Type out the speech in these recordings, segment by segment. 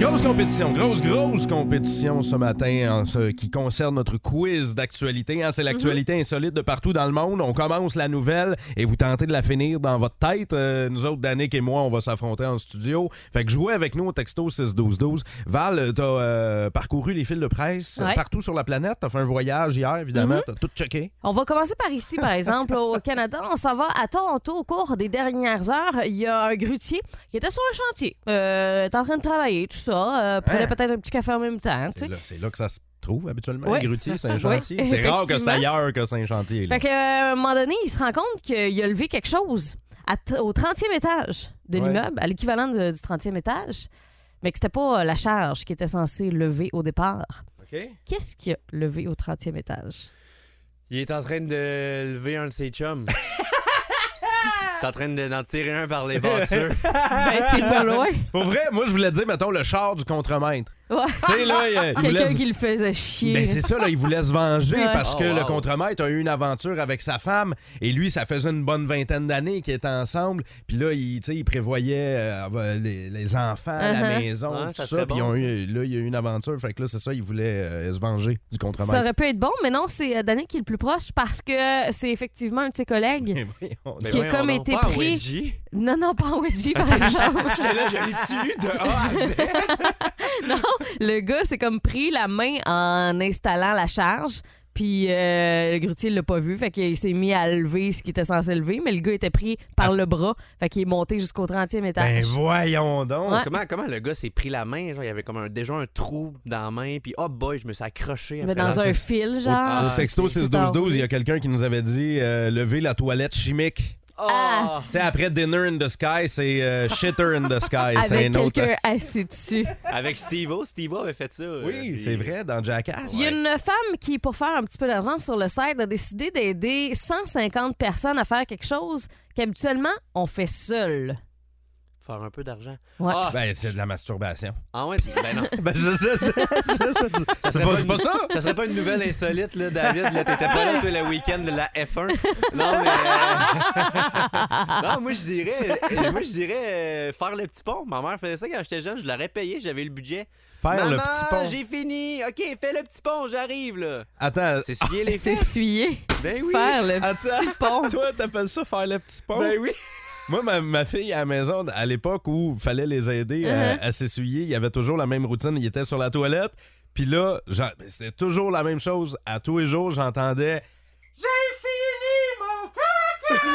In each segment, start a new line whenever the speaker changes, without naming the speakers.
Grosse compétition, grosse, grosse compétition ce matin en ce qui concerne notre quiz d'actualité. hein. C'est l'actualité
Mhm.
insolite de partout dans le monde. On commence la nouvelle et vous tentez de la finir dans votre tête. Euh, nous autres, Danick et moi, on va s'affronter en studio. Fait que jouez avec nous au texto 6-12-12. Val, euh, t'as euh, parcouru les fils de presse euh,
Ouais. Mhm.
partout sur la planète. T'as fait un voyage hier, évidemment. T'as tout checké.
On va commencer par ici, par exemple, au Canada. On s'en va à Toronto. Au cours des dernières heures, il y a un grutier qui était sur un chantier. Euh, était en train de travailler, tout ça. Euh, prenait peut-être un petit café en même temps. tu
Hein? C'est
sais.
là, c'est là que ça se trouve habituellement.
Ouais.
Les grutiers, c'est un
Ouais,
chantier. c'est rare que c'est
effectivement.
ailleurs que c'est un chantier. là.
Fait qu'à un moment donné, il se rend compte qu'il a levé quelque chose à t- au 30e étage de
Ouais.
l'immeuble, à l'équivalent de- du 30e étage, mais que c'était pas euh, la charge qui était censée lever au départ.
OK?
Qu'est-ce qu'il a levé au 30e étage?
Il est en train de lever un de ses chums. T'es en train de- d'en tirer un par les boxeurs.
Ben, t'es pas loin.
Pour vrai, moi, je voulais dire, mettons, le char du contremaître.
Ouais.
Tu sais, là, il, il
Quelqu'un
voulait-
qui le faisait chier.
Ben, c'est ça, là, il voulait se venger
Ouais.
parce que
Oh, wow.
le contremaître a eu une aventure avec sa femme et lui, ça faisait une bonne vingtaine d'années qu'ils étaient ensemble. Puis là, il, tu sais, il prévoyait euh, avoir les, les enfants, la
Uh-huh.
maison,
Ouais,
tout
ça
ça.
serait
puis
bon,
ils ont
ça.
eu- là, il y a eu une aventure. Fait que là, c'est ça, il voulait euh, se venger du
Ça
contremaître.
aurait pu être bon, mais non, c'est euh, Danny qui est le plus proche parce que c'est effectivement un de ses collègues.
Mais Ben, voyons,
Mais
Qui a
voyons
comme
donc,
été
pas à
pris.
Ouija.
Non, non, pas en Ouija, par exemple.
J'étais là, je l'ai tué de A à Z.
non, le gars s'est comme pris la main en installant la charge. Puis euh, le grutier l'a pas vu, fait qu'il s'est mis à lever ce qu'il était censé lever, mais le gars était pris par le bras, fait qu'il est monté jusqu'au 30e
Ah. ben
étage.
voyons donc.
Ouais.
Comment, comment le gars s'est pris la main? Genre, il y avait comme un, déjà un trou dans la main, puis oh boy, je me suis accroché.
Mais
Après.
dans
non,
un
Ah, c'est-
fil,
Au- Ah,
genre.
Au
Ah,
texto
c'est
6-12-12, il y a quelqu'un qui nous avait dit euh, lever la toilette chimique.
Oh!
Ah!
Tu sais, après Dinner in the Sky, c'est euh, Shitter in the Sky. c'est
Avec
un autre.
quelqu'un assis dessus.
Avec Steve-O, Steve-O avait fait ça.
hein.
Euh,
Oui,
Puis-
c'est vrai, dans Jackass.
Il y a une femme qui, pour faire un petit peu d'argent sur le site, a décidé d'aider 150 personnes à faire quelque chose qu'habituellement, on fait seul.
Faire un peu d'argent.
Ouais.
Ah,
Ben, c'est de la masturbation.
ah ouais, ben non.
Ben, je sais, je- je- je- c'est pas, c'est pas ça.
Ça serait pas une nouvelle insolite, là, David. Là, t'étais pas là, toi, le week-end de la F1. Non, mais. euh, non, moi, je dirais. euh, Moi, je dirais euh, faire le petit pont. Ma mère faisait ça quand j'étais jeune. Je l'aurais payé, j'avais le budget.
Faire le
Maman,
petit pont.
J'ai fini. OK, fais le petit pont, j'arrive, là.
Attends,
S'essuyer les fesses.
S'essuyer,
Ben oui.
faire le
Attends.
petit pont.
toi, t'appelles ça faire le petit pont?
Ben oui.
Moi, ma, ma fille à la maison, à l'époque où fallait les aider à- à, s'essuyer, il y avait toujours la même routine. Il était sur la toilette. Puis là, j'en- ben, c'était toujours la même chose. À tous les jours, j'entendais J'ai fini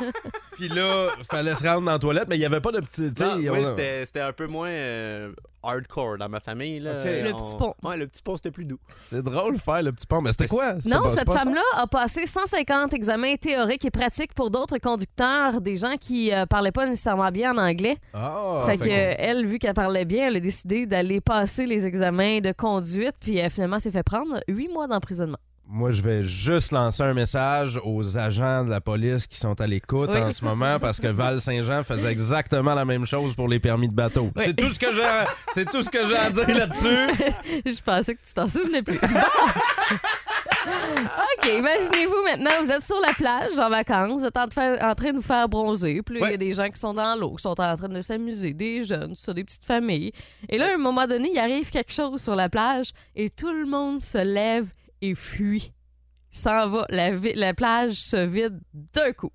mon caca! Puis là, fallait se rendre dans la toilette, mais il n'y avait pas de petit. tu sais,
Non,
on
oui,
a-
c'était- c'était un peu moins euh, hardcore dans ma famille. Là.
OK.
Le petit pont.
Ouais, le petit pont, c'était plus doux.
C'est drôle faire le petit pont. Mais c'était
Mais
quoi? C'était
Non,
pas-
cette
c'est pas ça?
femme-là a passé 150 examens théoriques et pratiques pour d'autres conducteurs, des gens qui euh, parlaient pas nécessairement bien en anglais.
Ah,
fait que, euh, elle, vu qu'elle parlait bien, elle a décidé d'aller passer les examens de conduite, puis euh, finalement s'est fait prendre huit mois d'emprisonnement.
Moi, je vais juste lancer un message aux agents de la police qui sont à l'écoute
Oui.
en ce moment parce que Val Saint-Jean faisait exactement la même chose pour les permis de bateau. C'est tout ce que j'ai, à- c'est tout ce que j'ai à dire là-dessus.
Je pensais que tu t'en souvenais plus. Bon. OK, imaginez-vous maintenant, vous êtes sur la plage en vacances, vous êtes en, train- en train de vous faire bronzer, puis là, il y
Ouais.
a des gens qui sont dans l'eau, qui sont en train de s'amuser, des jeunes, tout ça, des petites familles. Et là, à un moment donné, il arrive quelque chose sur la plage et tout le monde se lève et fuit. S'en va. La, vi- la plage se vide d'un coup.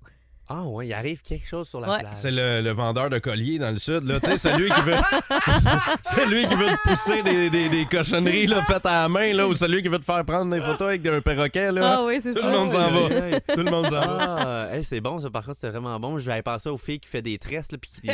Ah, ouais, il arrive quelque chose sur la
Ouais.
plage.
C'est le, le vendeur de colliers dans le sud, là, tu sais, celui qui veut, celui qui veut te pousser des, des- des cochonneries là, faites à la main, là, ou celui qui veut te faire prendre des photos avec un perroquet, là.
Ah oui, c'est
tout
ça.
le monde s'en va.
Aïe, aïe, aïe.
Tout le monde s'en va.
Ah, hey, c'est bon, ça, par contre, c'est vraiment bon. Je vais aller penser aux filles qui fait des tresses, là, puis qui, qui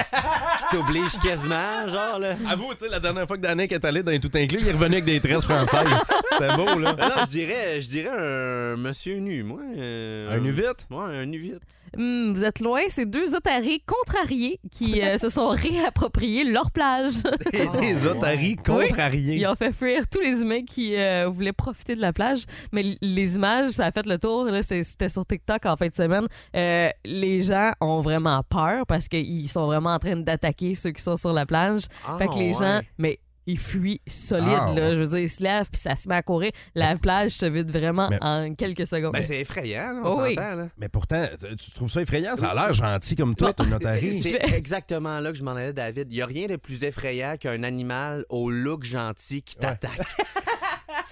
t'obligent quasiment, genre, là.
Avoue, tu sais, la dernière fois que Danick est allé dans les tout inclus, il est revenu avec des tresses françaises. C'était beau, là.
Non, je dirais, je dirais un monsieur nu, moi. euh,
Un nu vite?
Ouais, un nu vite.
Hum, vous êtes loin, c'est deux otaries contrariés qui euh, se sont réappropriés leur plage. Oh.
Des otaries contrariés.
Ils ont fait fuir tous les humains qui euh, voulaient profiter de la plage. Mais l- les images, ça a fait le tour. là, c'est- C'était sur TikTok en fin de semaine. Euh, les gens ont vraiment peur parce qu'ils sont vraiment en train d'attaquer ceux qui sont sur la plage.
Ah,
fait que les gens, mais ils fuient solide.
Ah,
là.
ouais.
Je veux dire, ils se lèvent puis ça se met à courir. La plage se vide vraiment
Mais-
en quelques secondes.
Ben, c'est effrayant, là, on
Oh oui.
s'entend, là.
Mais pourtant, tu- tu trouves ça effrayant? Ça a l'air gentil comme toi, une otarie.
C'est exactement là que je m'en allais, David. Il n'y a rien de plus effrayant qu'un animal au look gentil qui t'attaque.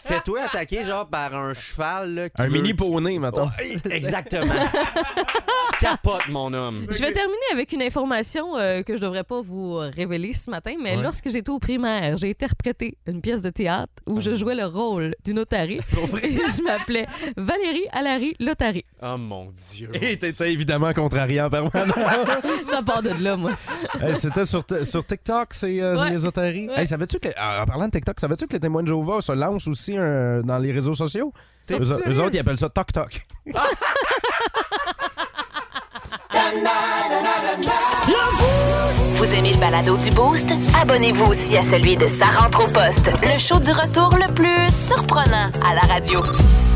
Fais-toi attaquer, genre, par un cheval. là, qui
Un
veut-
mini poney, maintenant.
Ouais, exactement. tu capotes, mon homme.
Je vais terminer avec une information euh, que je devrais pas vous révéler ce matin, mais
Ouais.
lorsque j'étais au primaire, j'ai interprété une pièce de théâtre où
Ah.
je jouais le rôle d'une otarie. Et je m'appelais Valérie Alary Lotari.
Oh mon Dieu.
Et t'étais évidemment contrarié en permanence.
Ça part de là, moi.
Hey, C'était sur, t- sur TikTok, ces euh,
Ouais.
les otaries.
Ouais.
Hey, savais-tu que, en parlant de TikTok, savais-tu que les témoins de Jéhovah se lancent aussi euh, dans les réseaux sociaux? Eux, eux autres, ils appellent ça Toc Toc.
Vous aimez le balado du Boost? Abonnez-vous aussi à celui de Sa rentre au poste, le show du retour le plus surprenant à la radio.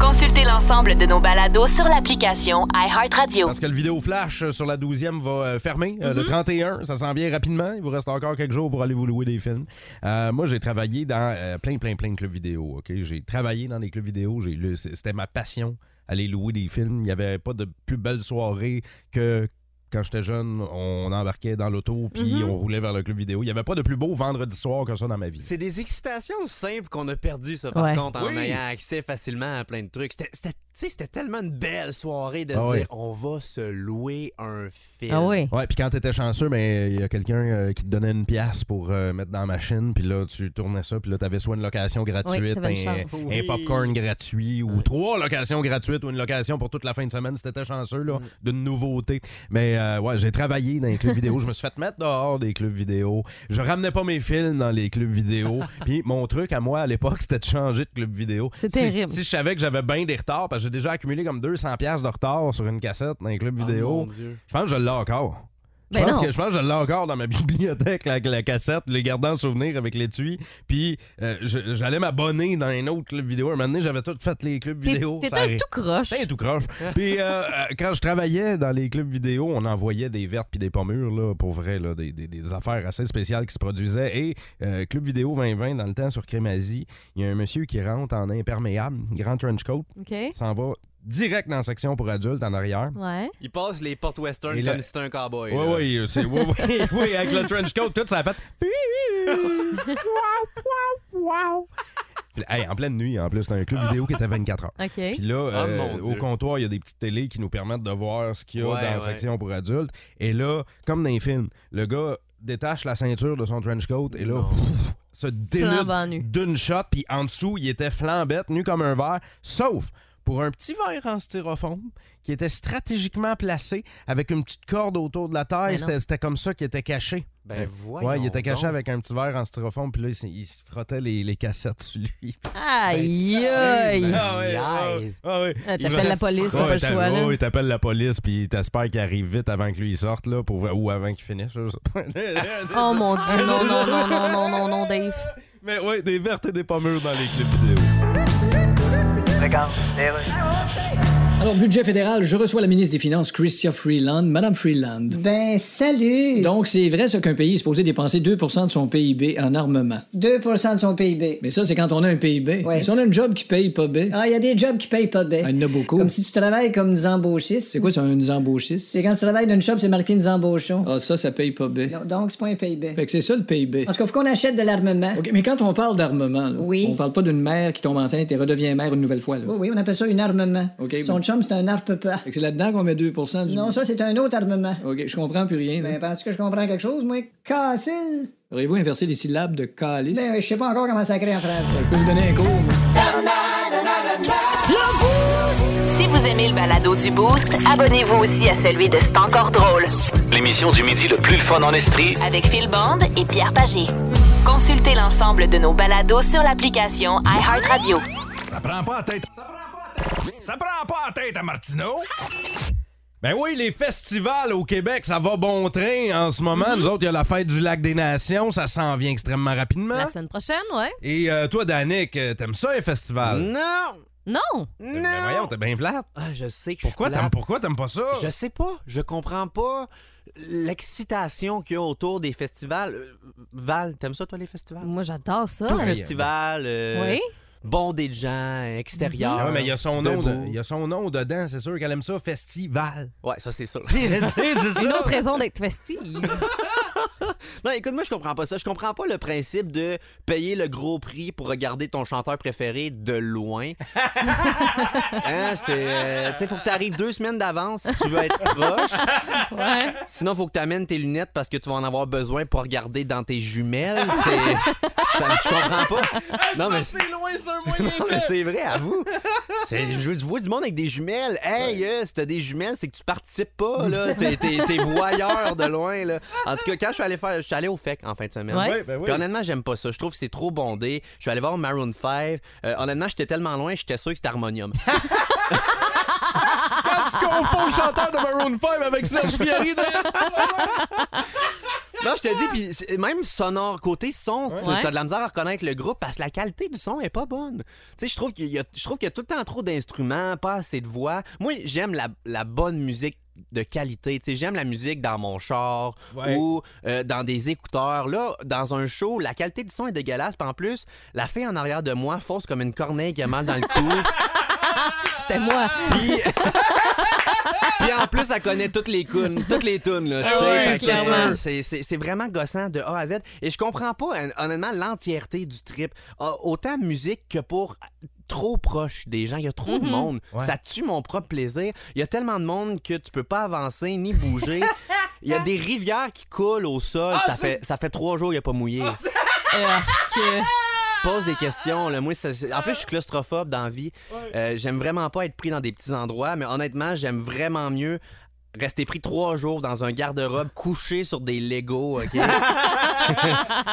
Consultez l'ensemble de nos balados sur l'application iHeartRadio.
Parce que le vidéo flash euh, sur la 12e va euh, fermer euh, le 31. Ça s'en vient rapidement. Il vous reste encore quelques jours pour aller vous louer des films. Euh, moi, j'ai travaillé dans euh, plein, plein, plein de clubs vidéo. ok? J'ai travaillé dans des clubs vidéo. J'ai lu- c- C'était ma passion, aller louer des films. Il n'y avait pas de plus belle soirée que. Quand j'étais jeune, on embarquait dans l'auto puis on roulait vers le club vidéo. Il n'y avait pas de plus beau vendredi soir que ça dans ma vie.
C'est des excitations simples qu'on a perdues, ça, par
Ouais.
contre, en
Oui.
ayant accès facilement à plein de trucs. C'était- c'était- tu sais, C'était tellement une belle soirée de
Ah
se
oui.
dire on va se louer un film.
euh,
Ah oui.
Ouais, puis quand t'étais chanceux, mais il y a quelqu'un euh, qui te donnait une pièce pour euh, mettre dans la machine, puis là tu tournais ça, puis là t'avais soit une location gratuite,
t'avais une
un,
chance.
un
Oui.
popcorn gratuit, ou trois locations gratuites, ou une location pour toute la fin de semaine, si t'étais chanceux,
Mm.
là, d'une nouveauté. Mais euh, ouais, j'ai travaillé dans les clubs vidéo, je me suis fait mettre dehors des clubs vidéo, je ramenais pas mes films dans les clubs vidéo, puis mon truc à moi à l'époque, c'était de changer de club vidéo.
C'est
Si-
terrible.
Si, je savais que j'avais bien des retards, parce que j'ai déjà accumulé comme 200 pièces de retard sur une cassette dans les clubs
Oh,
vidéo,
mon Dieu.
je pense que je l'ai encore. Je
Ben
pense,
non.
que, je pense que je l'ai encore dans ma bibliothèque, la, la cassette, les gardant en souvenir avec l'étui. Puis euh, je- j'allais m'abonner dans un autre club vidéo. Un moment donné, j'avais tout fait les clubs
T'es-
vidéo.
T'étais
Ça Ben,
un
arrête.
tout croche.
T'es un tout croche. puis euh, euh, quand je travaillais dans les clubs vidéo, on envoyait des vertes puis des pommures, là, pour vrai, là, des, des- des affaires assez spéciales qui se produisaient. Et euh, Club Vidéo 2020, dans le temps, sur Crémazie, il y a un monsieur qui rentre en imperméable, grand trench coat,
OK.
s'en va direct dans la section pour adultes en arrière.
Ouais.
Il passe les portes western
Et
comme
le-
si c'était un cowboy.
Oui,
là.
oui, c'est, oui, oui, oui, avec le trench coat, tout ça a fait. Oui, oui, oui. Wow, wow, wow. Puis, hey, en pleine nuit, en plus, c'était un club vidéo qui était 24 heures.
OK.
Puis là, euh,
Oh mon
au
Dieu.
comptoir, il y a des petites télés qui nous permettent de voir ce qu'il y a
Ouais,
dans la
ouais.
section pour adultes. Et là, comme dans les films, le gars détache la ceinture de son trench coat et là,
Non.
pff, se
Flambant nu.
dénude d'une shot. Puis en dessous, il était flambette, nu comme un verre, sauf pour un petit verre en styrofoam qui était stratégiquement placé avec une petite corde autour de la
Mais non.
taille. C'était c'était comme ça qu'il était caché.
Ben
Ouais,
voyons.
il était caché
donc.
avec un petit verre en styrofoam, puis là, il s- il se frottait les, les cassettes sur lui.
Aïe, aïe.
Ah ouais, ah ouais, ah ouais.
Ah,
Il va-
T'appelles la police, t'as
Ouais,
pas le
t'a-
choix, là.
ouais, t'appelles la police, puis t'espères qu'il arrive vite avant que lui il sorte, là, pour... ou avant qu'il finisse. je sais pas.
Oh mon Dieu, non, non, non, non, non, non, non, Dave.
Mais ouais, des vertes et des pommures dans les clips vidéo.
Alors, budget fédéral, je reçois la ministre des Finances, Chrystia Freeland. Madame Freeland.
Ben, salut!
Donc, c'est vrai ce qu'un pays est supposé dépenser 2 de son PIB en armement.
2 de son PIB.
Mais ça, c'est quand on a un PIB.
Ouais.
Mais si on a un job qui paye pas bien,
Ah, il y a des jobs qui payent pas bien.
il y en a beaucoup.
Comme si tu travailles comme nous embauchistes.
C'est quoi, ça, un nous embauchiste?
C'est quand tu travailles d'une shop, c'est marqué nous embauchons.
Ah, ça, ça paye pas bien.
Non, donc, c'est pas un PIB.
Fait que c'est ça, le PIB.
En tout cas, faut qu'on achète de l'armement.
OK, mais quand on parle d'armement, là,
Oui.
on parle pas d'une mère qui tombe enceinte et redevient mère une nouvelle fois, là.
Oui, Oh oui, on appelle ça une armement.
OK,
Son
bon.
chum, c'est un arpe-pas.
Fait que c'est là-dedans qu'on met 2 du...
Non, ça, c'est un autre armement.
OK, je comprends plus rien. là.
Ben, penses-tu que je comprends quelque chose, moi? Cassine?
Auriez-vous inversé les syllabes de calice? Ben,
Ben, je sais pas encore comment ça crée en français.
Je peux vous donner un cours, moi.
Si vous aimez le balado du Boost, abonnez-vous aussi à celui de C'est encore drôle
L'émission du midi le plus le fun en Estrie.
avec Phil Bond et Pierre Pagé. Consultez l'ensemble de nos balados sur l'application iHeartRadio.
Ça prend pas la tête. Ça prend pas la tête à Martineau.
Ben oui, les festivals au Québec, ça va bon train en ce
Mm-hmm.
moment. Nous autres, il y a la fête du Lac des Nations, ça s'en vient extrêmement rapidement.
La semaine prochaine, ouais.
Et euh, toi, Danick, euh, t'aimes ça, un festival?
Mm.
Non!
Non!
Ben voyons, t'es bien plate.
Ah, je sais que
Pourquoi
je suis
t'aimes,
plate.
pourquoi t'aimes pas ça?
Je sais pas. Je comprends pas l'excitation qu'il y a autour des festivals. Euh, Val, t'aimes ça, toi, les festivals?
Moi, j'adore ça.
Tout festival, euh,
Oui?
bon des gens, extérieur.
Ah ouais, mais il y a son nom, de-
debout.
il y a son nom dedans, c'est sûr qu'elle aime ça, festival.
Ouais, ça, c'est sûr.
Tu sais, c'est ça.
Une autre raison d'être festive.
Non, écoute, moi, je comprends pas ça. Je comprends pas le principe de payer le gros prix pour regarder ton chanteur préféré de loin. hein, c'est. euh, tu sais, faut que t'arrives deux semaines d'avance si tu veux être proche.
ouais.
Sinon, faut que t'amènes tes lunettes parce que tu vas en avoir besoin pour regarder dans tes jumelles. C'est. ça- Je comprends pas. Non, mais.
C'est loin, c'est un moyen
Non, mais c'est vrai, à vous. C'est, je je vois du monde avec des jumelles. Hey, euh, si t'as des jumelles, c'est que tu participes pas, là. T'es, t'es- t'es voyeur de loin, là. En tout cas, quand je suis allé faire, je suis allé au FEC en fin de semaine.
Ouais.
Ouais, ben oui.
Puis honnêtement, j'aime pas ça. Je trouve que c'est trop bondé. Je suis allé voir Maroon 5. Euh, honnêtement, j'étais tellement loin, j'étais sûr que c'était Harmonium.
tu confonds le chanteur de Maroon 5 avec Serge Fiori
non, je te dis, puis c'est- même sonore, côté son, tu
Ouais.
t'as de la misère à reconnaître le groupe parce que la qualité du son est pas bonne. Tu sais, je trouve qu'il y, a- je trouve qu'il y a tout le temps trop d'instruments, pas assez de voix. Moi, j'aime la, la bonne musique de qualité. Tu sais, j'aime la musique dans mon char
Ouais.
ou euh, dans des écouteurs. Là, dans un show, la qualité du son est dégueulasse. Puis en plus, la fille en arrière de moi fausse comme une corneille qui a mal dans le cou.
C'était moi.
Puis... Puis en plus, elle connaît toutes les counes, toutes les tunes, là, tu
Ah
sais.
ouais,
Fait que c'est-
clairement.
c'est- c'est c'est vraiment gossant de A à Z. Et je comprends pas, hon- honnêtement, l'entièreté du trip. Ah, Autant musique que pour trop proche des gens. Il y a trop de monde.
Mm-hmm. Ouais.
Ça tue mon propre plaisir. Il y a tellement de monde que tu peux pas avancer ni bouger. Il y a des rivières qui coulent au sol.
Ah,
ça, fait, ça fait trois jours qu'il a pas mouillé
Euh, que-
pose des questions. Là. Moi, ça- c'est- en plus, je suis claustrophobe dans la vie. Euh, j'aime vraiment pas être pris dans des petits endroits, mais honnêtement, j'aime vraiment mieux rester pris trois jours dans un garde-robe couché sur des Legos, OK?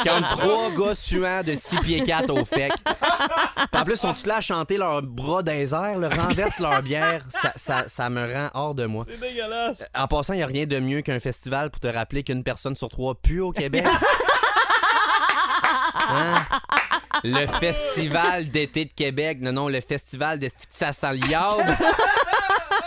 Quand trois gars suants de 6 pieds 4 au fec. Puis en plus, sont tous là à chanter leurs bras dans les airs, là, renversent leur bière. Ça, ça, ça me rend hors de moi.
C'est dégueulasse.
En passant, il n'y a rien de mieux qu'un festival pour te rappeler qu'une personne sur trois pue au Québec. Hein? Le festival d'été de Québec. Non, non, le festival de Sti- ça sent le yard.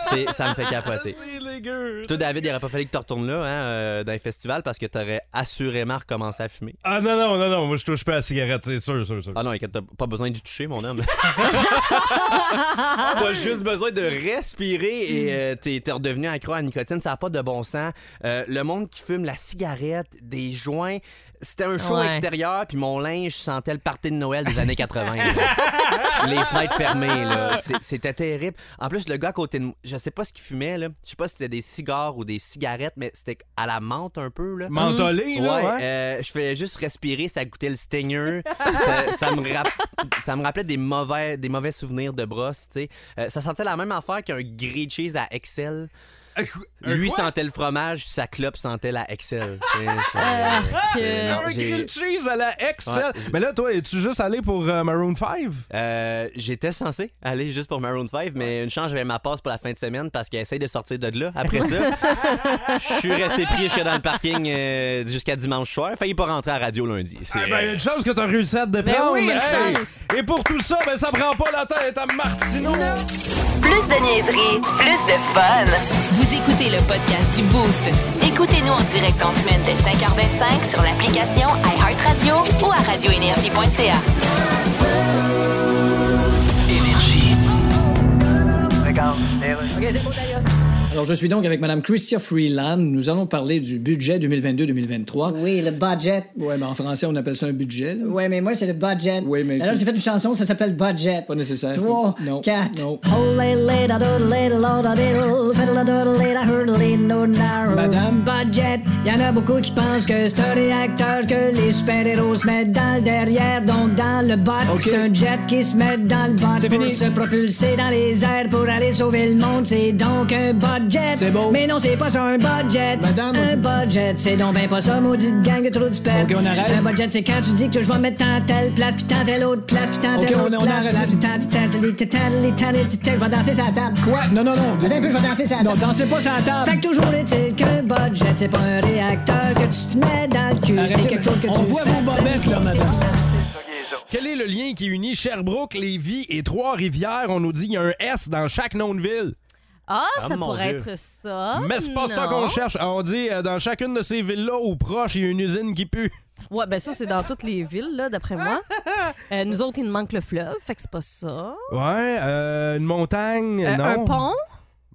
C'est, Ça me fait capoter.
C'est dégueu.
Toi, David, il n'aurait pas fallu que tu retournes là, hein, euh, dans les festivals, parce que tu aurais assurément recommencé à fumer.
Ah non, non, non, non, moi je touche pas à la cigarette, c'est sûr, sûr, sûr.
Ah non, écoute, t'as pas besoin du toucher, mon homme. t'as juste besoin de respirer et euh, t'es, t'es redevenu accro à la nicotine. Ça n'a pas de bon sens. Euh, le monde qui fume la cigarette, des joints, c'était un show
Ouais.
extérieur, puis mon linge sentait le party de Noël des années 80. là. Les fenêtres fermées, là. C'est- C'était terrible. En plus, le gars à côté de moi, je sais pas ce qu'il fumait, là. Je sais pas si c'était des cigares ou des cigarettes, mais c'était à la menthe un peu, là.
Mentolé,
Ouais,
là, hein? ouais.
euh, je faisais juste respirer, ça goûtait le stinger. ça, ça me rap- ça me rappelait des mauvais, des mauvais souvenirs de brosse, tu sais. Euh, ça sentait la même affaire qu'un grilled cheese à Excel.
Un
Lui
quoi?
sentait le fromage, sa clope sentait la Excel. tu sais, ça-
euh, que-
Non,
Ah, Un
j'ai-
grilled cheese à la Excel.
Ouais.
Mais là, toi, es-tu juste allé pour euh, Maroon 5?
Euh, J'étais censé aller juste pour Maroon 5, mais une chance, j'avais ma passe pour la fin de semaine parce qu'elle essaye de sortir de là après ça. Je suis resté pris jusque dans le parking euh, jusqu'à dimanche soir. Failli pas rentrer à la radio lundi. C'est-
Ah ben, une chose que t'as réussi à te
Ben
déprendre.
oui, une
hey!
chance.
Et pour tout ça, ben ça prend pas la tête à Martineau.
Plus de niaiserie, plus de fun. Vous écoutez le podcast du Boost. Écoutez-nous en direct en semaine dès 5h25 sur l'application iHeartRadio ou à radioénergie.ca.
Alors, je suis donc avec Madame Christia Freeland. Nous allons parler du budget 2022-2023.
Oui, le budget.
Ouais, mais en français, on appelle ça un budget. là.
Ouais, mais moi, c'est le budget.
Oui, mais-
Alors, j'ai fait une chanson, ça s'appelle Budget.
Pas nécessaire.
Trois,
non.
quatre.
Non.
Oh, lay, lay, da, doodle, lay, da, lo, da, diddle, fiddle, da, doodle, lay, da, hurdle, lay, no, narrow.
Madame.
Budget, y en a beaucoup qui pensent que c'est un réacteur que les super-héros se mettent dans le derrière, donc dans le bot.
Ok.
C'est un jet qui se met dans le bot
C'est
pour
fini.
se propulser dans les airs pour aller sauver le monde. C'est donc un budget. budget.
C'est beau.
Mais non, c'est pas ça un budget.
Madame,
un budget, c'est donc ben pas ça, maudite gang de trop du père.
Ok, on arrête.
Un budget, c'est quand tu dis que je vais mettre tant telle place, puis tant telle autre place, puis tant
Ok,
telle
on-
autre
on
place.
arrête ça.
place, puis tant telle, tant telle, tant telle, tant telle, Je vais danser sur la table.
Quoi? Non, non, non.
Attends un peu, je vais danser sur la
Non,
table.
dansez pas sur la
Fait
table.
que toujours est-il qu'un budget, c'est pas un réacteur que tu te mets dans le cul.
Arrêtez,
C'est quelque chose que
on
tu
voit
fais.
vos bobettes, là, madame.
Quel est le lien qui unit Sherbrooke, Lévis et Trois-Rivières? On nous dit qu'il y a un S dans chaque nom de ville.
Ah,
Ah,
ça
mon
pourrait
Dieu.
être ça.
Mais c'est pas ça
Oh, non.
qu'on cherche. On dit euh, dans chacune de ces villes-là ou proches, il y a une usine qui pue.
Ouais, ben ça, c'est dans toutes les villes, là, d'après moi. Euh, nous autres, il nous manque le fleuve, fait que c'est pas ça.
Ouais, euh, une montagne,
Oh. Euh,
non.
un pont?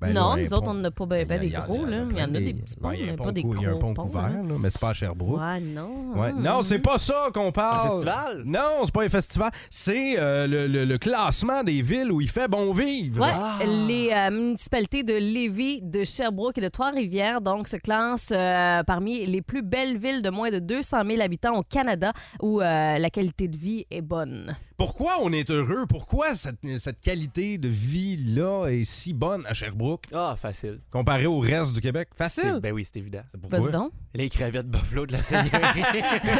Ben
non,
là, un
nous autres,
pont.
on n'en a pas ben, ben
Il
des
y a-
gros,
il y
là. Il y en a
plein
des
des-
petits
ouais,
ponts,
il y a un
mais
pont
pas des
cou-
gros
Il y a un pont
ponts,
couvert,
là.
là, mais c'est pas à Sherbrooke.
Ouais, Mm, non.
Ouais. Non, c'est pas ça qu'on parle.
Un festival?
Non, c'est pas un festival. C'est euh, le, le- le classement des villes où il fait bon vivre.
Ouais, les euh, municipalités de Lévis, de Sherbrooke et de Trois-Rivières donc se classent euh, parmi les plus belles villes de moins de 200 000 habitants au Canada où euh, la qualité de vie est bonne.
Pourquoi on est heureux? Pourquoi cette, cette qualité de vie-là est si bonne à Sherbrooke
Ah, facile.
comparée au reste du Québec? Facile.
Ben oui, c'est évident.
Pourquoi?
Vas-y donc.
Les crevettes buffalo de la Seigneurie.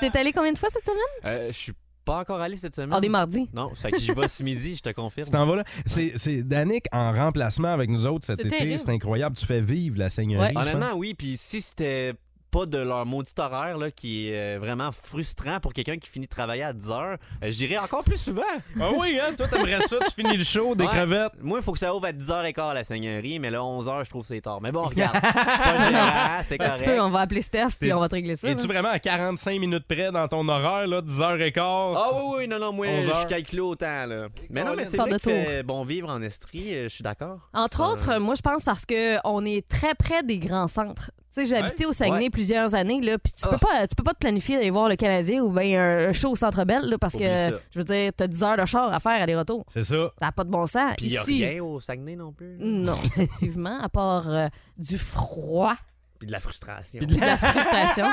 T'es allé combien de fois cette semaine?
Euh, Je suis pas encore allé cette semaine.
On est mardi.
Non, ça fait que j'y vais ce midi, je te confirme.
Tu t'en vas là? C'est, c'est Danick en remplacement avec nous autres cet
C'est
été.
terrible.
C'est incroyable. Tu fais vivre la seigneurie.
Ouais.
je pense.
Honnêtement, oui. Puis si c'était pas de leur maudit horaire là, qui est euh, vraiment frustrant pour quelqu'un qui finit de travailler à 10 heures, euh, j'irai encore plus souvent.
Ah oui, hein? Toi, t'aimerais ça, tu finis le show, des
Ouais.
crevettes.
Moi, il faut que ça ouvre à 10h15 la seigneurie, mais là, 11h, je trouve que c'est tard. Mais bon, regarde, c'est pas gérant, c'est
Un
correct.
petit peu, Ben, on va appeler Steph
T'es-
puis on va te régler ça.
Es-tu
là.
vraiment à 45 minutes près dans ton horaire, là, 10h15?
Ah oui, oui, non, non, moi,
11 Oh. heures.
je calcule autant, là. Mais non, mais c'est
Fort
vrai
de
que euh, bon vivre en Estrie, euh, je suis d'accord.
Entre
Ça-
autres, euh, moi, je pense parce que on est très près des grands centres. Tu sais, j'ai habité au Saguenay
Ouais.
plusieurs années, là, puis tu,
Ah.
peux pas, tu peux pas te planifier d'aller voir le Canadien ou bien un show au Centre Bell, là, parce
Oublie
que,
ça.
je veux dire, t'as 10 heures de char à faire aller-retour.
C'est ça.
Ça n'a pas de bon sens.
Puis il y a
Ici,
rien au Saguenay non plus. là.
non, effectivement, à part euh, du froid
Puis de la frustration.
et de la frustration.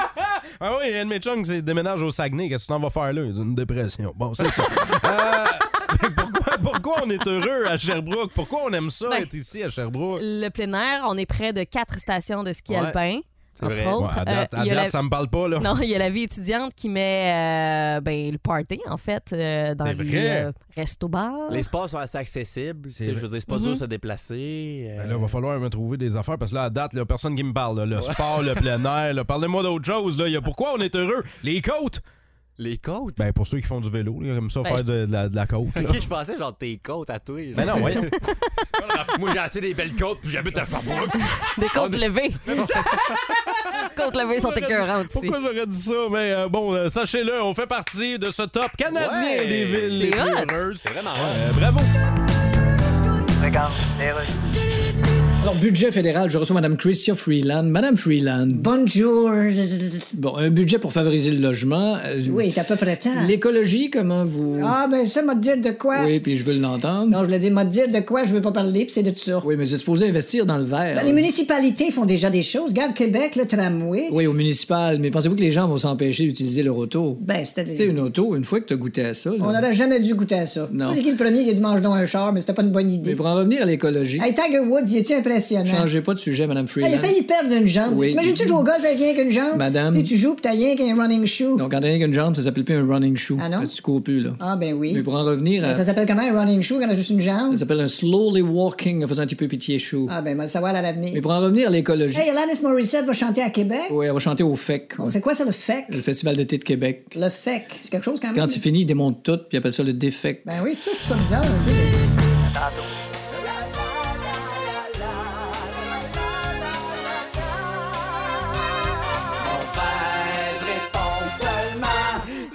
Ah oui, un de mes chums qui se déménage au Saguenay, qu'est-ce que tu t'en vas faire là? Il dit, Une dépression. Bon, c'est ça. Euh, fait que pourquoi, pourquoi on est heureux à Sherbrooke? Pourquoi on aime ça
Ben,
être ici à Sherbrooke?
le plein air, on est près de quatre stations de ski
Ouais.
alpin,
C'est
entre
vrai.
Ouais,
autres.
à date,
Euh,
à
il y a
date,
la-
ça me parle pas, là.
Non, il y a la vie étudiante qui met euh, ben, le party, en fait, euh, dans
C'est
les
vrai.
resto-bars.
L'espace sont assez accessibles. tu sais,
vrai.
Je veux dire, c'est Mm-hmm. pas dur de se déplacer. euh,
Ben là, va falloir me trouver des affaires parce que là, à date, il n'y a personne qui me parle. là. Le sport, le plein air, là. parlez-moi d'autre chose. Là. Il y a pourquoi on est heureux? Les côtes!
Les côtes.
Ben, pour ceux qui font du vélo, là, comme ça,
Ben,
faire
je-
de, de la, de la côte. là.
Ok, je pensais genre tes côtes à toi.
Ben non, voyons.
Moi, j'ai assez des belles côtes, puis j'habite à Sherbrooke.
Des côtes levées. côtes levées sont écœurantes aussi.
Pourquoi j'aurais dit ça? Mais euh, bon, euh, sachez-le, on fait partie de ce top canadien
Ouais.
des villes
C'est
les plus
hot.
heureuses.
C'est vraiment
Euh, bravo!
Alors, budget fédéral, je reçois Madame Christia Freeland. Madame Freeland,
Bonjour.
bon, un budget pour favoriser le logement. euh,
Oui, c'est à peu près temps.
L'écologie, comment vous...
hein? Ah, ben ça m'a dire de quoi?
Oui, puis je veux l'entendre.
Non, je voulais dire, m'a dire de quoi je veux pas parler, puis c'est de tout ça.
Oui, mais c'est supposé investir dans le vert.
Ben, les municipalités font déjà des choses. Garde Québec, le tramway.
Oui, au municipal, mais pensez-vous que les gens vont s'empêcher d'utiliser leur auto?
Ben,
Tu sais,
c'est-à-dire.
une auto, une fois que t'as goûté à ça... là-
On n'aurait jamais dû goûter à ça.
Non.
C'est qui le premier qui a dit mange donc un char, mais c'était pas une bonne
Mais
idée.
pour en revenir à l'écologie,
Hey, Tiger Woods, il est-tu impressionnant?
changez pas de sujet, Madame
Hey, il a
Freeland.
failli perdre une jambe.
Oui.
T'imagines-tu jouer au golf avec rien qu'une jambe?
Madame.
Tu sais, tu joues pis t'as rien qu'un running shoe.
Donc, quand t'as rien qu'une jambe, ça s'appelle plus un running shoe.
Ah non?
Parce que tu cours plus, là.
Ah, ben
Mais
oui.
pour en revenir à...
Ça s'appelle comment un running shoe quand on a juste une jambe?
Ça s'appelle un slowly walking en faisant un petit peu pitié chou.
Ah, ben, on va le savoir
Mais
à l'avenir.
pour en revenir à l'écologie,
Hey, E Alanis Morissette va chanter à Québec?
oui, on va chanter au FEC.
Bon, c'est quoi ça, le FEC?
Le Festival d'été de Québec.
Le FEC. C'est quelque chose quand même?
Quand c'est fini, ils démontent tout, puis ils appellent ça le E défect.
Ben oui, c'est ça, je trouve ça bizarre. un peu.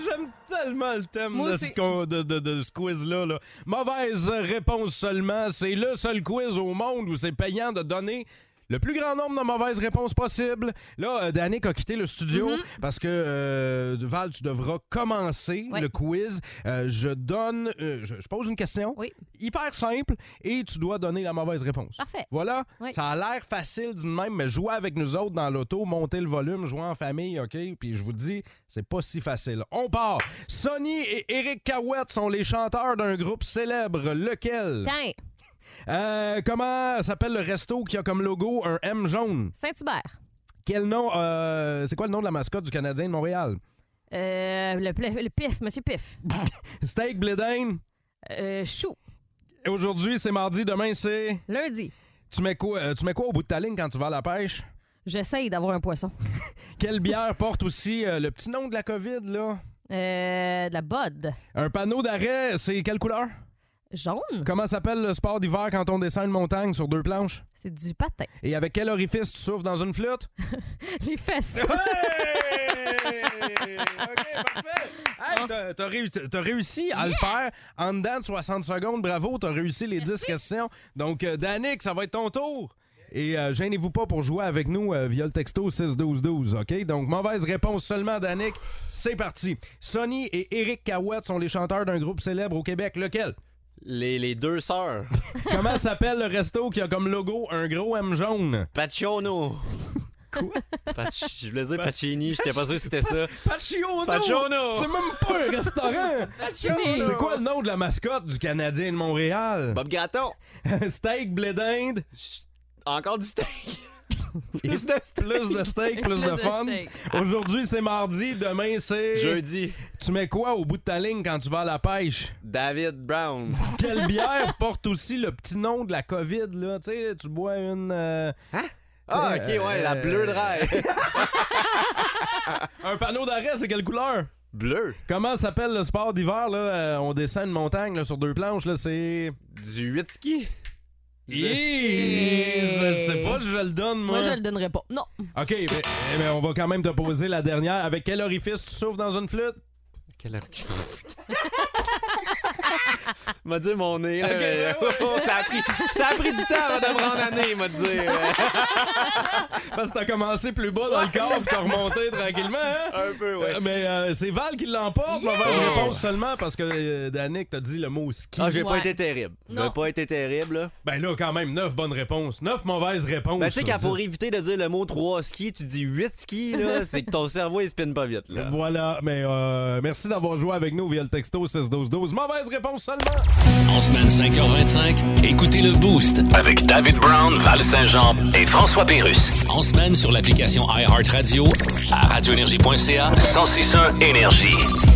J'aime tellement le thème
Moi
de
aussi.
ce, qu'on- de, de- de ce quiz-là. là. Mauvaise réponse seulement. C'est le seul quiz au monde où c'est payant de donner. Le plus grand nombre de mauvaises réponses possibles. Là, euh, Danick a quitté le studio
Mm-hmm.
parce que, euh, Val, tu devras commencer
Ouais.
le quiz. Euh, je donne, euh, je, je pose une question
Oui.
hyper simple et tu dois donner la mauvaise réponse.
Parfait.
Voilà,
Oui.
ça a l'air facile d'une même, mais jouez avec nous autres dans l'auto, montez le volume, jouez en famille, OK? Puis je vous dis, c'est pas si facile. On part! Sonny et Eric Cahouette sont les chanteurs d'un groupe célèbre. Lequel?
Tiens,
Euh, comment s'appelle le resto qui a comme logo un M jaune?
Saint-Hubert.
Quel nom, euh, c'est quoi le nom de la mascotte du Canadien de Montréal?
Euh, le, pla- le pif, monsieur pif.
Steak Bledin.
Euh, chou.
Aujourd'hui, c'est mardi, demain, c'est.
Lundi.
Tu mets, quoi, euh, tu mets quoi au bout de ta ligne quand tu vas à la pêche?
J'essaye d'avoir un poisson.
Quelle bière porte aussi euh, le petit nom de la COVID, là?
Euh, de la bode.
Un panneau d'arrêt, c'est quelle couleur?
Jaune.
Comment s'appelle le sport d'hiver quand on descend une montagne sur deux planches?
C'est du patin.
Et avec quel orifice tu souffles dans une flûte?
Les fesses.
Hey! OK, parfait. Hey, t'as- t'as réu- t'as réussi à le faire en dedans de 60 secondes. Bravo, t'as réussi les 10 questions. Donc, euh, Danick, ça va être ton tour. Et euh, gênez-vous pas pour jouer avec nous euh, via le texto 61212, OK? Donc, mauvaise réponse seulement, Danick. C'est parti. Sonny et Eric Cahouette sont les chanteurs d'un groupe célèbre au Québec. Lequel?
Les, les deux sœurs.
Comment s'appelle le resto qui a comme logo un gros M jaune?
Pachono.
Quoi?
Pac- je voulais dire Pacini, j'étais pas sûr que c'était ça.
Pachiono!
Paciono!
C'est même pas un restaurant!
Paciono!
C'est quoi le nom de la mascotte du Canadien de Montréal?
Bob Gratton.
steak, blé d'Inde,
Encore du steak.
plus de steak, plus de,
Plus de
fun.
steak.
Aujourd'hui, c'est mardi, demain, c'est...
Jeudi.
Tu mets quoi au bout de ta ligne quand tu vas à la pêche?
David Brown.
Quelle bière porte aussi le petit nom de la COVID, là? Tu sais, tu bois une... euh,
Ah, ok, ouais, la bleue de rail.
Un panneau d'arrêt, c'est quelle couleur?
Bleu.
Comment s'appelle le sport d'hiver, là? Euh, on descend une montagne là, sur deux planches, là, c'est...
Du 8 ski.
Hey, Je sais pas, si je le donne, moi.
Moi, je le donnerais pas. Non.
OK, mais, eh, mais on va quand même te poser la dernière. Avec quel orifice tu souffles dans une flûte?
Quelle heure M'a dit mon nez. là,
Ok,
mais-
ouais, ouais.
Oh, ça, a pris, ça a pris du temps avant de prendre année, m'a dit. euh.
Parce que t'as commencé plus bas dans le corps puis t'as remonté tranquillement, hein?
Un peu, ouais.
Euh, Mais euh, c'est Val qui l'emporte, mauvaise réponse seulement parce que euh, Danick t'a dit le mot ski.
Ah, j'ai pas
Ouais.
été terrible. J'ai
Non.
pas été terrible, là.
Ben là, quand même, neuf bonnes réponses. Neuf mauvaises réponses.
Ben, tu sais,
sur
qu'à pour
dix.
éviter de dire le mot 3 skis, tu dis 8 skis, là, c'est que ton cerveau, il spinne pas vite, là.
Voilà, mais euh, merci d'avoir joué avec nous via le texto 61212. Mauvaise réponse seulement!
En semaine 5h25, écoutez le Boost.
Avec David Brown, Val Saint-Jean et François Pérus.
En semaine sur l'application iHeartRadio, à radioénergie.ca.
1061 Énergie.